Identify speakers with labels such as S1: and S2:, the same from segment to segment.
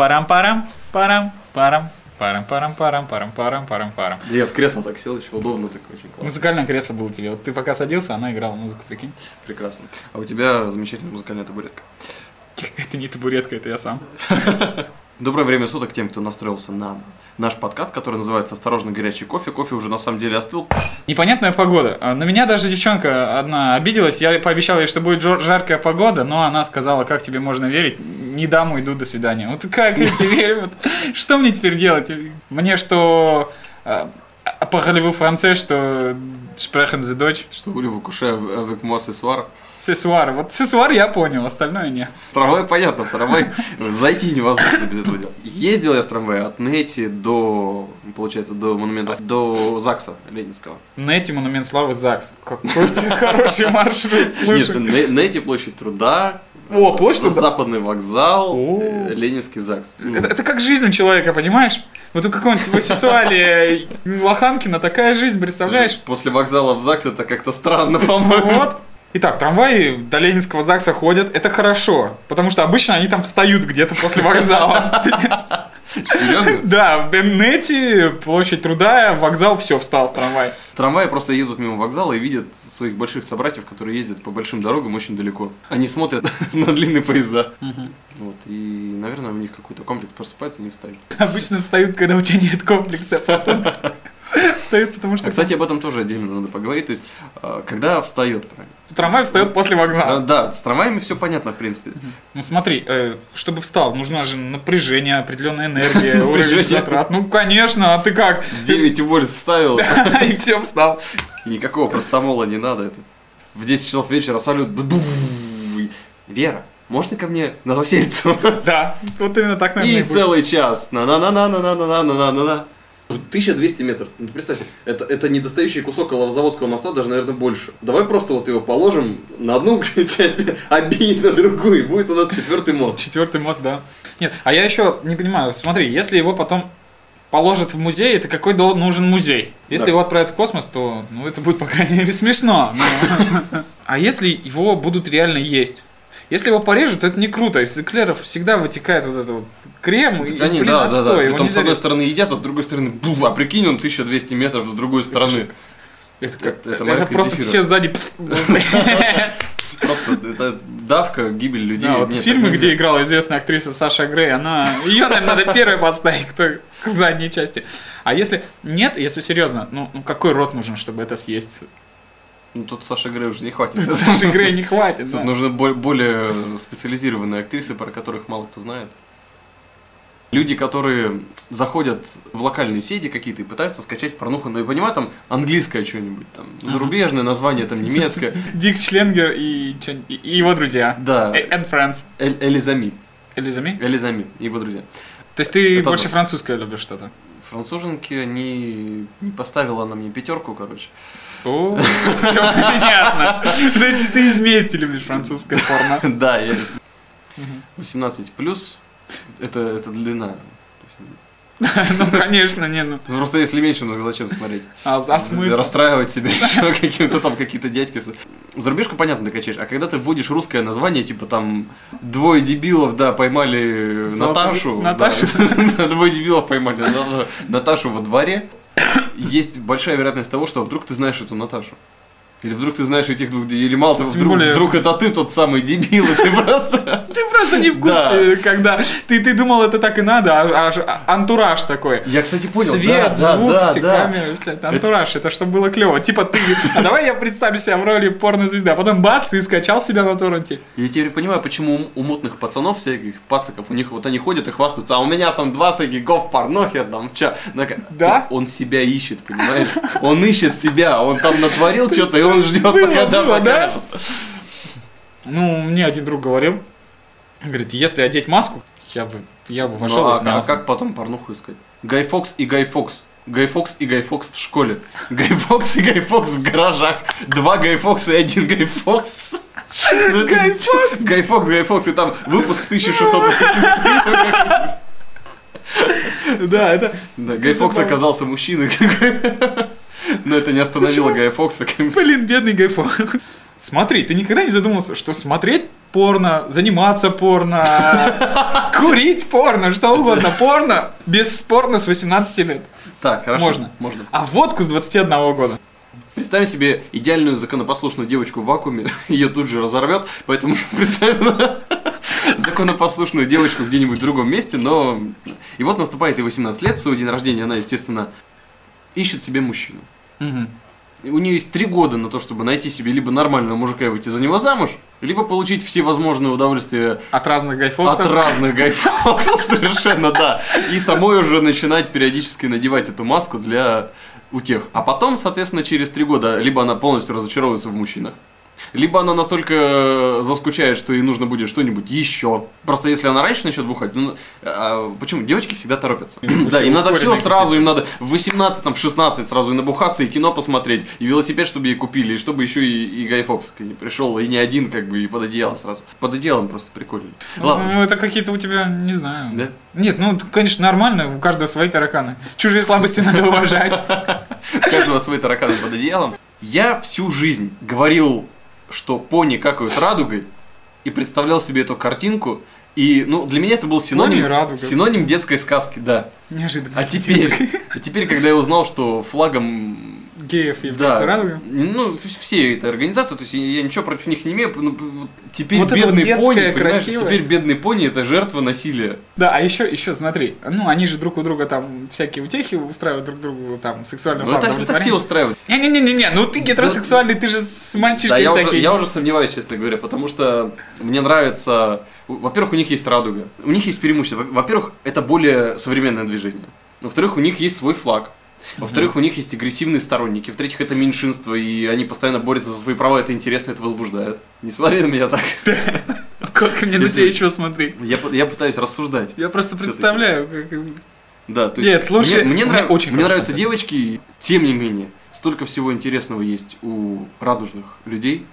S1: Парам-парам-парам, парам-парам. Парам-парам-парам-парам-парам-парам-парам.
S2: Я в кресло так сел, еще удобно так очень классно.
S1: Музыкальное кресло было тебе. Вот ты пока садился, она играла музыку, прикинь.
S2: Прекрасно. А у тебя замечательная музыкальная табуретка.
S1: Это не табуретка, это я сам.
S2: Доброе время суток тем, кто настроился на наш подкаст, который называется «Осторожно, горячий кофе». Кофе уже на самом деле остыл.
S1: Непонятная погода. А, На меня даже девчонка одна обиделась. Я пообещал ей, что будет жар- жаркая погода, но она сказала, как тебе можно верить? Не дам, уйду, до свидания. Вот как я тебе верю? Вот Что мне теперь делать? Мне что а, а, по голливу франце, что шпрехен за дочь.
S2: Что Улю кушаю avec moi ce soir.
S1: Сесуар. Вот сесуар я понял, остальное нет.
S2: В трамвай понятно, в трамвай зайти невозможно без этого дела. Ездил я в трамвай от Нети до, получается, до монумента, до ЗАГСа Ленинского.
S1: Нети, Монумент Славы, ЗАГС. Какой у тебя хороший маршрут, слушай.
S2: Нет, Нэ- Нети, площадь труда,
S1: О, площадь труда.
S2: Западный вокзал,
S1: О.
S2: э, Ленинский ЗАГС. Ну,
S1: Это, это как жизнь у человека, понимаешь? Вот у какого-нибудь Васисуали Лоханкина такая жизнь, представляешь?
S2: После вокзала в ЗАГС это как-то странно, по-моему.
S1: Вот. Итак, трамваи до Ленинского ЗАГСа ходят, это хорошо, потому что обычно они там встают где-то после вокзала.
S2: Серьезно?
S1: Да, в Нете, площадь труда, вокзал, все, встал в трамвай.
S2: Трамваи просто едут мимо вокзала и видят своих больших собратьев, которые ездят по большим дорогам очень далеко. Они смотрят на длинные поезда. Вот, и, наверное, у них какой-то комплекс просыпается, не встают. А,
S1: Обычно встают, когда у тебя нет комплексов, а тут встают, потому
S2: А,
S1: что
S2: кстати, об этом тоже отдельно надо поговорить. То есть, э, когда встает, правильно?
S1: трамвай встает после вокзала.
S2: Тра- Да, с трамваями все понятно, в принципе.
S1: Ну смотри, э, чтобы встал, нужна же напряжение, определенная энергия,
S2: Напряжение.
S1: уровень затрат. Ну конечно, а ты как?
S2: 9 вольт вставил,
S1: И все встал.
S2: и никакого простомола не надо. Это. В 10 часов вечера салют. бду- и- Вера, можно ко мне на Новосельцево?
S1: Да, вот именно так, наверное,
S2: И
S1: и будет.
S2: целый час. на на на на на на на на на на на 1200 метров. Ну, представь, это, это недостающий кусок Лавзаводского моста, даже, наверное, больше. Давай просто вот его положим на одну часть, а бей на другую, и будет у нас четвертый мост.
S1: Четвертый мост, да. Нет, а я еще не понимаю, смотри, если его потом положат в музей, это какой дол- нужен музей? Если
S2: Да.
S1: его отправят в космос, то ну, это будет, по крайней мере, смешно. но- А если его будут реально есть? Если его порежут, то это не круто. Из эклеров всегда вытекает вот этот вот крем и, Ну, блин, отстой. его
S2: Притом,
S1: нельзя
S2: с одной
S1: резать.
S2: стороны едят, а с другой стороны, був, а прикинь, он 1200 метров с другой стороны.
S1: Это, как-
S2: Это,
S1: это
S2: это моряк из
S1: просто
S2: зефира.
S1: все сзади... ну,
S2: Просто это давка, гибель людей.
S1: Да, вот
S2: Нет,
S1: фильмы,
S2: так нельзя.
S1: где играла известная актриса Саша Грей, она... Ее, наверное, надо первой подставить к, той- к задней части. А если... Нет, если серьезно, ну, ну какой рот нужен, чтобы это съесть?
S2: Ну, тут Саша Грей уже не хватит.
S1: Саши Грей не хватит, ну.
S2: Тут
S1: да.
S2: нужны бо- более специализированные актрисы, про которых мало кто знает. Люди, которые заходят в локальные сети какие-то и пытаются скачать порнуху, но я понимаю, там английское что-нибудь, там зарубежное название, там немецкое.
S1: Дик Членгер и, чё- и- и его друзья.
S2: Да,
S1: Э, And friends.
S2: Эль- Элизами.
S1: Элизами.
S2: Элизами, его друзья.
S1: То есть ты
S2: Это
S1: больше
S2: да.
S1: французское любишь что-то?
S2: Француженки, они... не поставила она мне пятерку, короче.
S1: О, все понятно. То есть ты из мести любишь французское порно.
S2: Да, я...
S1: Мгм.
S2: 18 плюс, это, это длина.
S1: Ну, конечно, не, ну.
S2: Ну, просто если меньше, ну зачем смотреть?
S1: А, а смысл?
S2: Расстраивать себя еще каким-то там какие-то дядьки. с- Зарубежку понятно докачаешь, а когда ты вводишь русское название, типа там двое дебилов, да, поймали
S1: Золотого-
S2: Наташу.
S1: Наташу.
S2: да, Двое дебилов поймали Ната- Наташу во дворе. Есть большая вероятность того, что вдруг ты знаешь эту Наташу. Или вдруг ты знаешь этих двух, или мало того,
S1: Тем
S2: вдруг,
S1: более-
S2: вдруг это ты тот самый дебил, и ты просто...
S1: Ты просто не в курсе, когда ты, ты думал, это так и надо, а, аж антураж такой.
S2: Я, кстати, понял.
S1: Свет,
S2: да, да,
S1: звук,
S2: да,
S1: все
S2: да.
S1: камеры, все это антураж, это, чтобы было клево. Типа ты, а давай я представлю себя в роли порнозвезды, а потом бац, и скачал себя на торренте.
S2: Я теперь понимаю, почему у- у мутных пацанов, всяких пациков, у них вот они ходят и хвастаются, а у меня там 20 гигов порнохи, там чё. Она такая,
S1: Да?
S2: Он себя ищет, понимаешь? Он ищет себя, он там натворил что-то, и он ждет,
S1: было,
S2: пока да,
S1: было, да?
S2: покажут.
S1: Ну, мне один друг говорил, говорит, если одеть маску, я бы, я бы вошел
S2: Ну,
S1: и
S2: а, а
S1: снялся.
S2: как потом порнуху искать? Гай Фокс и Гай Фокс. Гай Фокс и Гай Фокс в школе. Гай Фокс и Гай Фокс в гаражах. Два Гай Фокса и один Гай Фокс. Ну, это-
S1: Гай Фокс?
S2: Гай Фокс, Гай Фокс, и там выпуск 1600.
S1: Да, это...
S2: Да, Гай Фокс
S1: забавно.
S2: оказался мужчиной. Но это не остановило Гая Фокса.
S1: Блин, бедный гайфон. Смотри, ты никогда не задумывался, что смотреть порно, заниматься порно, курить порно, что угодно. Порно бесспорно с 18 лет.
S2: Так, хорошо.
S1: Можно.
S2: Можно.
S1: А водку с 21 года.
S2: Представим себе идеальную законопослушную девочку в вакууме, ее тут же разорвет, поэтому представим законопослушную девочку где-нибудь в другом месте, но... И вот наступает и 18 лет, в свой день рождения она, естественно, ищет себе мужчину.
S1: Мгм.
S2: И У нее есть три года на то, чтобы найти себе либо нормального мужика и выйти за него замуж, либо получить все возможные удовольствия
S1: От разных гайфоксов.
S2: от разных гайфоксов, совершенно, да. И самой уже начинать периодически надевать эту маску для утех. А потом, соответственно, через три года либо она полностью разочаровывается в мужчинах, либо она настолько э, заскучает, что ей нужно будет что-нибудь еще. Просто если она раньше начнет бухать, ну, а, почему? Девочки всегда торопятся.
S1: Им
S2: да, им надо все
S1: ускоренные
S2: сразу, им надо в 18, там, в 16 сразу и набухаться, и кино посмотреть, и велосипед, чтобы ей купили, и чтобы еще и, и Гай Фокс не пришел, и не один, как бы, и под одеяло сразу. Под одеялом просто прикольно. Ладно.
S1: Ну, это какие-то у тебя, не знаю.
S2: Да?
S1: Нет, ну, это, конечно, нормально, у каждого свои тараканы. Чужие слабости надо уважать.
S2: У каждого свои тараканы под одеялом. Я всю жизнь говорил, что пони какают радугой, и представлял себе эту картинку, и, ну, для меня это был синоним,
S1: Пони, радуга.
S2: синоним детской сказки, да.
S1: Неожиданно.
S2: А теперь, а теперь, когда я узнал, что флагом
S1: Геев является радугой.
S2: Ну, вс- все это организации, то есть я ничего против них не имею. ну, п- вот теперь
S1: Вот это вот
S2: бедные
S1: детское,
S2: пони, понимаешь,
S1: красивое.
S2: теперь бедные пони это жертва насилия.
S1: Да, а еще, еще, смотри, ну, они же друг у друга там всякие утехи устраивают друг другу, там, сексуального
S2: Ну, это, это все устраивает.
S1: Не-не-не-не, ну ты гетеросексуальный, ты же с
S2: Да,
S1: мальчишкой
S2: я уже,
S1: всякие.
S2: я уже сомневаюсь, честно говоря, потому что мне нравится... Во-первых, у них есть радуга. У них есть преимущество. Во- Во-первых, это более современное движение. Во-вторых, у них есть свой флаг. Во-вторых, у них есть агрессивные сторонники. В-третьих, это меньшинство, и они постоянно борются за свои права. Это интересно, это возбуждает. Не смотри на меня так.
S1: Как мне на
S2: Если-
S1: тебя еще смотреть?
S2: Я, п- я пытаюсь рассуждать.
S1: Я просто
S2: Всё-таки.
S1: представляю, как...
S2: Да, то есть
S1: Нет, лучше-
S2: мне,
S1: мне
S2: мне, нрав-
S1: очень
S2: мне
S1: хорошо
S2: нравятся
S1: это.
S2: девочки, и тем не менее, столько всего интересного есть у радужных людей.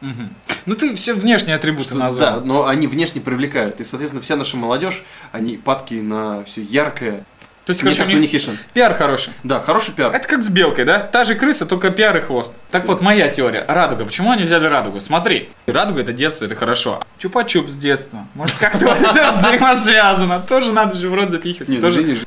S1: Мгм. Ну ты все внешние атрибуты
S2: что-
S1: назвал.
S2: да, но они внешне привлекают. И, соответственно, вся наша молодежь, они падки на все яркое.
S1: То есть,
S2: Мне
S1: короче,
S2: кажется,
S1: у
S2: у
S1: них
S2: них есть шанс.
S1: пиар хороший.
S2: Да, хороший пиар.
S1: Это как с белкой, да? Та же крыса, только пиар и хвост. Так вот, моя теория. Радуга. Почему они взяли радугу? Смотри. Радуга это детство, это хорошо. Чупа-чуп с детства. Может, как-то вот это вот взаимосвязано. Тоже надо же в рот запихивать.
S2: Нет,
S1: Тоже-
S2: извини, ж-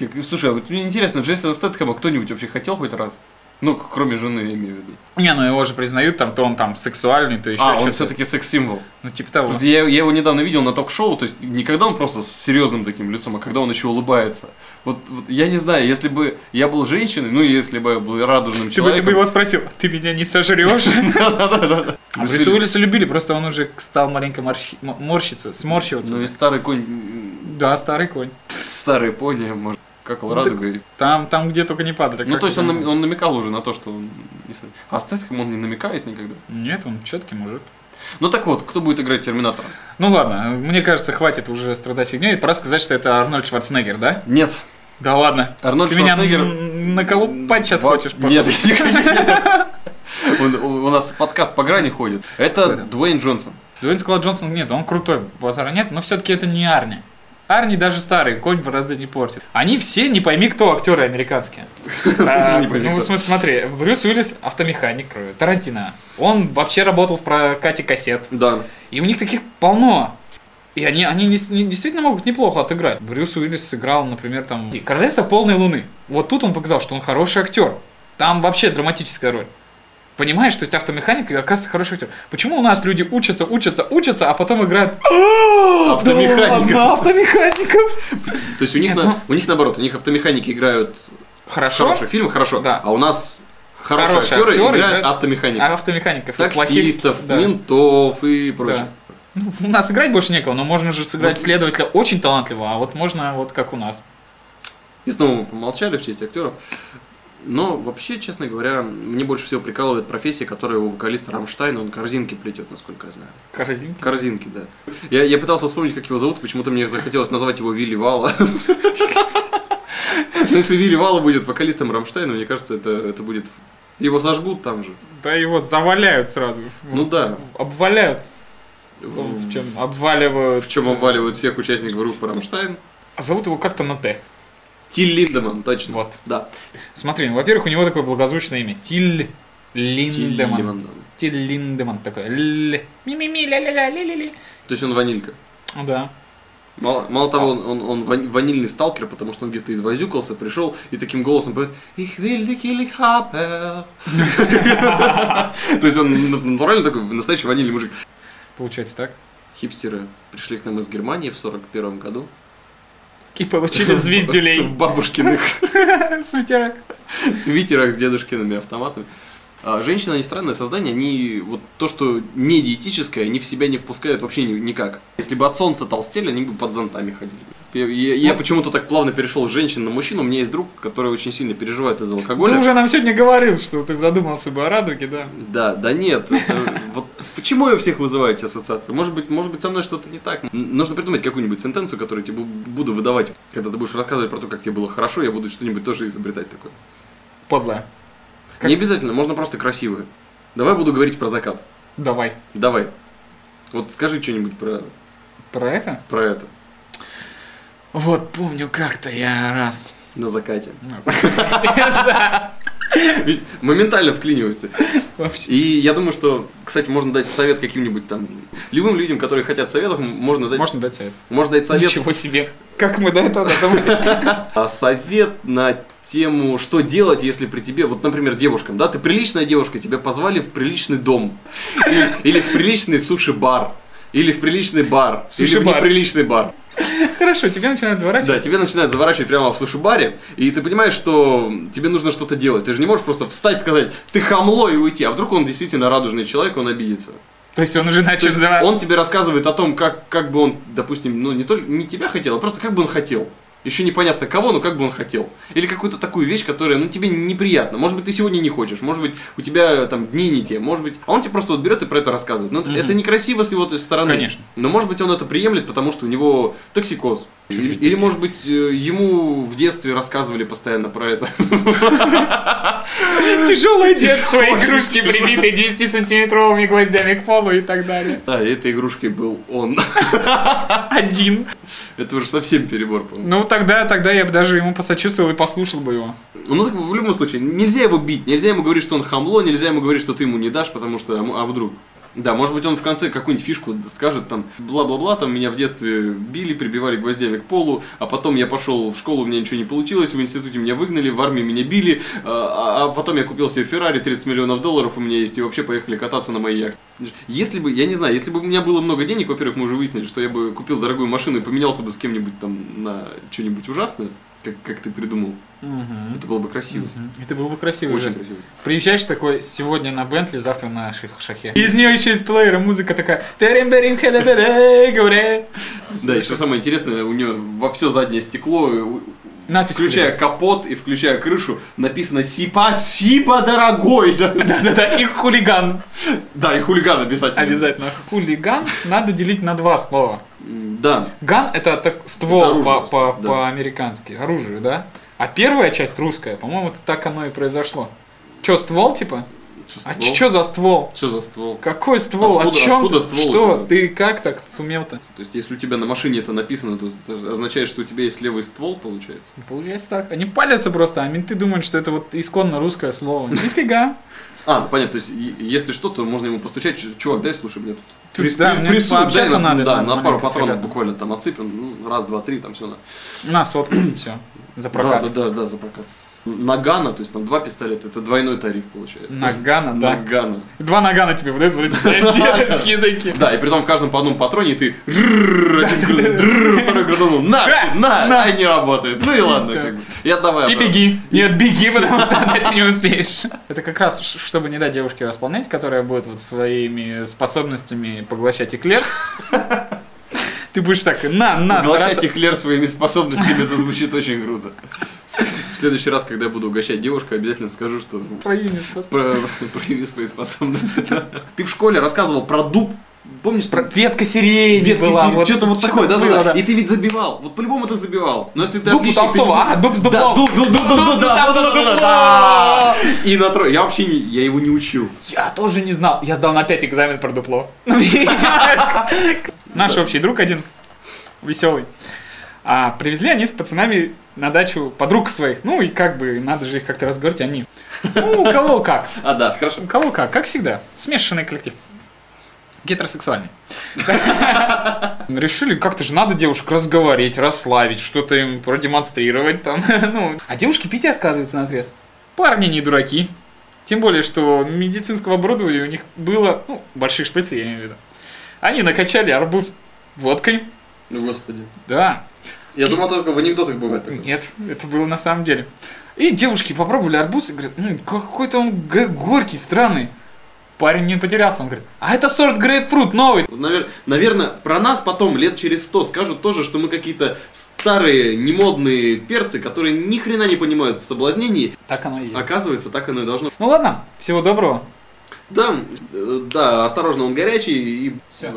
S2: ну, Хотя, Слушай, а вот мне интересно, Джейсона Стэтхэма кто-нибудь вообще хотел хоть раз? Ну, к- кроме жены, я имею в виду.
S1: Не, ну его же признают, там, то он там сексуальный, то еще
S2: а, он
S1: что-то.
S2: все-таки секс-символ.
S1: Ну, типа того.
S2: Просто Я, я его недавно видел на ток-шоу, то есть не когда он просто с серьезным таким лицом, а когда он еще улыбается. Вот, вот я не знаю, если бы я был женщиной, ну если бы я был
S1: Ты
S2: радужным
S1: бы, ты бы
S2: человеком.
S1: его спросил, ты меня не сожрешь?
S2: Да-да-да.
S1: А Брюса Уиллиса любили, просто он уже стал маленько морщи- м- морщиться, сморщиваться.
S2: Ну и старый конь, м,
S1: Да, старый конь.
S2: старый пони, может, как
S1: Ну,
S2: радугой.
S1: Там, там где только не падали.
S2: Ну
S1: как
S2: то есть он,
S1: это?
S2: нам- он намекал уже на то, что он... не с- А Стэтхэм он не намекает никогда.
S1: Нет, он четкий мужик.
S2: Ну так вот, кто будет играть Терминатора?
S1: Ну ладно, мне кажется, хватит уже страдать фигней. Пора сказать, что это Арнольд Шварценеггер, да?
S2: Нет.
S1: Да ладно.
S2: Арнольд
S1: Ты меня
S2: Шварценеггер...
S1: м, наколупать сейчас
S2: Во-
S1: хочешь? пап?
S2: Нет, я не хочу. Он- У у нас подкаст по грани ходит.
S1: Кто
S2: Это
S1: это?
S2: Дуэйн Джонсон.
S1: Дуэйн Скала Джонсон, нет, он крутой, базара нет, но все-таки это не Арни. Арни даже старый, конь борозды не портит. Они все, не пойми кто, актеры американские. А,
S2: Не пойми
S1: Ну, в
S2: кто.
S1: смысле, смотри, Брюс Уиллис автомеханик, э, Тарантино. Он вообще работал в прокате кассет.
S2: Да.
S1: И у них таких полно. И они, они не- не- действительно могут неплохо отыграть. Брюс Уиллис сыграл, например, там «Королевство полной луны». Вот тут он показал, что он хороший актер. Там вообще драматическая роль. Понимаешь, то есть автомеханик, оказывается, хороший актер. Почему у нас люди учатся, учатся, учатся, а потом играют
S2: Автомехаников.
S1: А, на автомехаников?
S2: То есть у них,
S1: Нет,
S2: на-
S1: ну-
S2: у них наоборот, у них автомеханики играют
S1: Хорошо.
S2: хорошие фильмы, хорошо.
S1: Да.
S2: А у нас хорошие,
S1: Хорошие
S2: актеры,
S1: актеры
S2: играют
S1: играют-
S2: автомехаников.
S1: А автомехаников и
S2: Таксистов,
S1: плохих- да.
S2: ментов и прочее.
S1: Да. Ну, у нас играть больше некого, но можно же сыграть
S2: Вот.
S1: следователя очень талантливого, а вот можно вот как у нас.
S2: И снова мы помолчали в честь актеров. Но вообще, честно говоря, мне больше всего прикалывает профессия, которая у вокалиста Рамштайна, он корзинки плетет, насколько я знаю.
S1: Корзинки.
S2: Корзинки, да. Я, я пытался вспомнить, как его зовут, почему-то мне захотелось назвать его Вилли Вала. Но если Вилли Вала будет вокалистом Рамштайна, мне кажется, это, это будет... Его сожгут там же.
S1: Да его заваляют сразу.
S2: Ну да.
S1: Обваляют. В
S2: В
S1: чем обваливают.
S2: в чем обваливают всех участников группы Рамштайн.
S1: А Зовут его как-то на Т.
S2: Тиль Линдеман, точно.
S1: Вот.
S2: Да.
S1: Смотри, ну, во-первых, у него такое благозвучное имя. Тиль
S2: Тиль
S1: Линдеман.
S2: да.
S1: Ти Линдеман такой. «Ль». Ми-ми-ми, ля-ля-ля, ли-ли-ли.
S2: То есть он ванилька.
S1: Ну да.
S2: Мало, мало того, он, он- он вани- ванильный сталкер, потому что он где-то извозюкался, пришел и таким голосом поет «Ich will dich will ich habe». То есть он на- натурально такой настоящий ванильный мужик.
S1: Получается так.
S2: Хипстеры пришли к нам из Германии в 41 году.
S1: И получили звездюлей
S2: В бабушкиных
S1: свитерок.
S2: свитерах с дедушкиными автоматами. А женщины, они странное создание, они вот то, что не диетическое, они в себя не впускают вообще ни- никак. Если бы от солнца толстели, они бы под зонтами ходили. Я, я- я почему-то так плавно перешел с женщин на мужчин. У меня есть друг, который очень сильно переживает из-за алкоголя.
S1: Ты уже нам сегодня говорил, что ты задумался бы о радуге, да.
S2: Да, да нет. это вот почему я всех вызываю эти ассоциации? Может быть, может быть, со мной что-то не так. Н- Нужно придумать какую-нибудь сентенцию, которую тебе бу- буду выдавать. Когда ты будешь рассказывать про то, как тебе было хорошо, я буду что-нибудь тоже изобретать такое.
S1: Подлая. Как-
S2: Не обязательно, можно просто красивые. Давай буду говорить про закат.
S1: Давай.
S2: Давай. Вот скажи что-нибудь про,
S1: Про это?
S2: про это.
S1: Вот помню как-то я раз.
S2: На закате.
S1: Да.
S2: Ведь Моментально вклинивается.
S1: Вообще.
S2: И я думаю, что, кстати, можно дать совет каким-нибудь там. Любым людям, которые хотят советов, м- можно дать,
S1: Можно дать совет?
S2: можно дать совет.
S1: Ничего себе. Как мы до этого додумались.
S2: А совет на тему, что делать, если при тебе, вот, например, девушкам, да, ты приличная девушка, тебя позвали в приличный дом, или, или в приличный суши-бар, или в приличный бар, или в
S1: Суши-бар.
S2: неприличный бар.
S1: Хорошо, тебе начинают
S2: Да,
S1: заворачивать.
S2: тебя начинают заворачивать прямо в суши-баре, и ты понимаешь, что тебе нужно что-то делать. Ты же не можешь просто встать, сказать, ты хамло и уйти, а вдруг он действительно радужный человек, он обидится.
S1: То есть он уже
S2: То
S1: начал
S2: есть
S1: заворачивать.
S2: он тебе рассказывает о том, как, как бы он, допустим, ну не только не тебя хотел, а просто как бы он хотел. Еще непонятно кого, но как бы он хотел. Или какую-то такую вещь, которая, ну, тебе неприятна. Может быть, ты сегодня не хочешь, может быть, у тебя там дни не те, может быть. А он тебе просто вот берет и про это рассказывает. Ну, это-
S1: Мгм.
S2: это некрасиво с его той стороны.
S1: Конечно.
S2: Но, может быть, он это приемлет, потому что у него токсикоз.
S1: Чуть-чуть
S2: Или, или, может быть, э, ему в детстве рассказывали постоянно про это.
S1: Тяжелое детство,
S2: Тяжелое,
S1: игрушки
S2: тяжелое.
S1: прибитые 10-сантиметровыми гвоздями к полу и так далее.
S2: Да, и этой игрушкой был он.
S1: Один.
S2: Это уже совсем перебор, по-моему.
S1: Ну, тогда, тогда я бы даже ему посочувствовал и послушал бы его.
S2: Ну, так в любом случае, нельзя его бить, нельзя ему говорить, что он хамло, нельзя ему говорить, что ты ему не дашь, потому что, а м- а вдруг? Да, может быть, он в конце какую-нибудь фишку скажет, там, бла-бла-бла, там, меня в детстве били, прибивали гвоздями к полу, а потом я пошел в школу, у меня ничего не получилось, в институте меня выгнали, в армии меня били, а, а- а потом я купил себе Феррари, 30 миллионов долларов у меня есть, и вообще поехали кататься на моей яхте. Если бы, я не знаю, если бы у меня было много денег, во-первых, мы уже выяснили, что я бы купил дорогую машину и поменялся бы с кем-нибудь там на что-нибудь ужасное, как, как ты придумал, это было бы красиво.
S1: Мгм. Это было бы красиво.
S2: Очень
S1: Очень
S2: красиво.
S1: Приезжаешь такой, сегодня на Бентли, завтра на ших- шахе. Из нее еще из плеера музыка такая. «Терем-берем, хеле-бере, горе».
S2: Да, и что самое интересное, у нее во все заднее стекло, у-
S1: Надпись
S2: включая капот и включая крышу, написано «Сипа, сипа, дорогой!» Да,
S1: Да-да-да, и хулиган.
S2: Да, и хулиган обязательно.
S1: Обязательно. Хулиган надо делить на два слова.
S2: М, Да,
S1: Ган это так-
S2: Это
S1: ствол
S2: оружие,
S1: по- по-
S2: да.
S1: по-американски. Оружие, да? А первая часть русская, по-моему, это так оно и произошло. Че, ствол типа?
S2: что
S1: А
S2: ствол?
S1: че за ствол?
S2: Что за ствол?
S1: Какой ствол?
S2: Откуда-
S1: О чем
S2: откуда
S1: ты?
S2: ствол у
S1: Что?
S2: тебя?
S1: Ты как так сумел-то?
S2: То есть, если у тебя на машине это написано, то это означает, что у тебя есть левый ствол, получается?
S1: Ну, Получается так. Они палятся просто, а менты думают, что это вот исконно русское слово. Нифига.
S2: А, ну, понятно, то есть, и- и если что, то можно ему постучать, «Чу- чувак, дай, слушай, мне тут
S1: Тут,
S2: прис-
S1: да,
S2: прис-
S1: мне
S2: присуп, дай
S1: пообщаться
S2: на-
S1: надо,
S2: Да,
S1: да,
S2: на пару
S1: маленько с
S2: патронов
S1: ребятами».
S2: буквально там отсыпем, ну, раз, два, три, там все на...
S1: На сотку, все. За прокат.
S2: Да, да, да, да, за прокат. Нагана, то есть там два пистолета, это двойной тариф получается.
S1: Нагана, да.
S2: Нагана.
S1: Два нагана тебе выдают, вот эти, знаешь, дедовские такие.
S2: Да, и при том в каждом по одном патроне ты «Рррр», один грузанул, «Рррр», второй грузанул, на,
S1: Ха,
S2: на,
S1: на.
S2: ай, не работает. Ну и ладно,
S1: всё.
S2: как бы. И отдавай
S1: И
S2: обратно.
S1: беги. Нет, беги, потому что отдать не успеешь. Это как раз, ш- чтобы не дать девушке располнять, которая будет вот своими способностями поглощать эклер. Ты будешь так, на, на,
S2: Угощать
S1: стараться.
S2: эклер своими способностями, это звучит очень круто. В следующий раз, когда я буду угощать девушку, обязательно скажу, что
S1: Прояви мне способ-
S2: про- прояви свои способности. Ты в школе рассказывал про дуб, помнишь,
S1: Про-
S2: про
S1: Ветка сирени была.
S2: что-то вот
S1: что-то
S2: такое, да,
S1: было,
S2: да, да. И ты ведь забивал. Вот по-любому ты забивал. Но если ты
S1: Дуб у
S2: отличник, ты не
S1: Толстого, а, дуб с
S2: Да,
S1: дуплом.
S2: дуб, дуб, дуб, дуб,
S1: Дуб,
S2: дуб, да,
S1: дуб,
S2: да, да,
S1: дуб,
S2: да,
S1: дуб.
S2: да. И на трое. Я вообще не, я его не учил.
S1: Я тоже не знал. Я сдал на 5 экзамен про дупло. Наш общий друг один, веселый. А, привезли они с пацанами на дачу подруг своих. Ну и как бы надо же их как-то разговорить, они. Ну, у кого как.
S2: А, да, хорошо.
S1: У кого как, как всегда. Смешанный коллектив. Гетеросексуальный. Решили, как-то же надо девушек разговорить, расслабить, что-то им продемонстрировать там. Ну, а девушки пить отказываются на отрез. Парни не дураки. Тем более, что медицинского оборудования у них было, ну, больших шприцев, я имею в виду. Они накачали арбуз водкой.
S2: Ну, господи.
S1: Да,
S2: Я думал, только в анекдотах бывает такое.
S1: нет, это было на самом деле. И девушки попробовали арбуз и говорят, «М, какой-то он г- горький, странный. Парень не потерялся, он говорит, а это сорт грейпфрут новый.
S2: Вот, навер- Наверное, про нас потом лет через сто скажут тоже, что мы какие-то старые, немодные перцы, которые ни хрена не понимают в соблазнении.
S1: Так оно и есть.
S2: Оказывается, так оно и должно.
S1: Ну ладно, всего доброго.
S2: Да, э, да, осторожно, он горячий и
S1: Всё.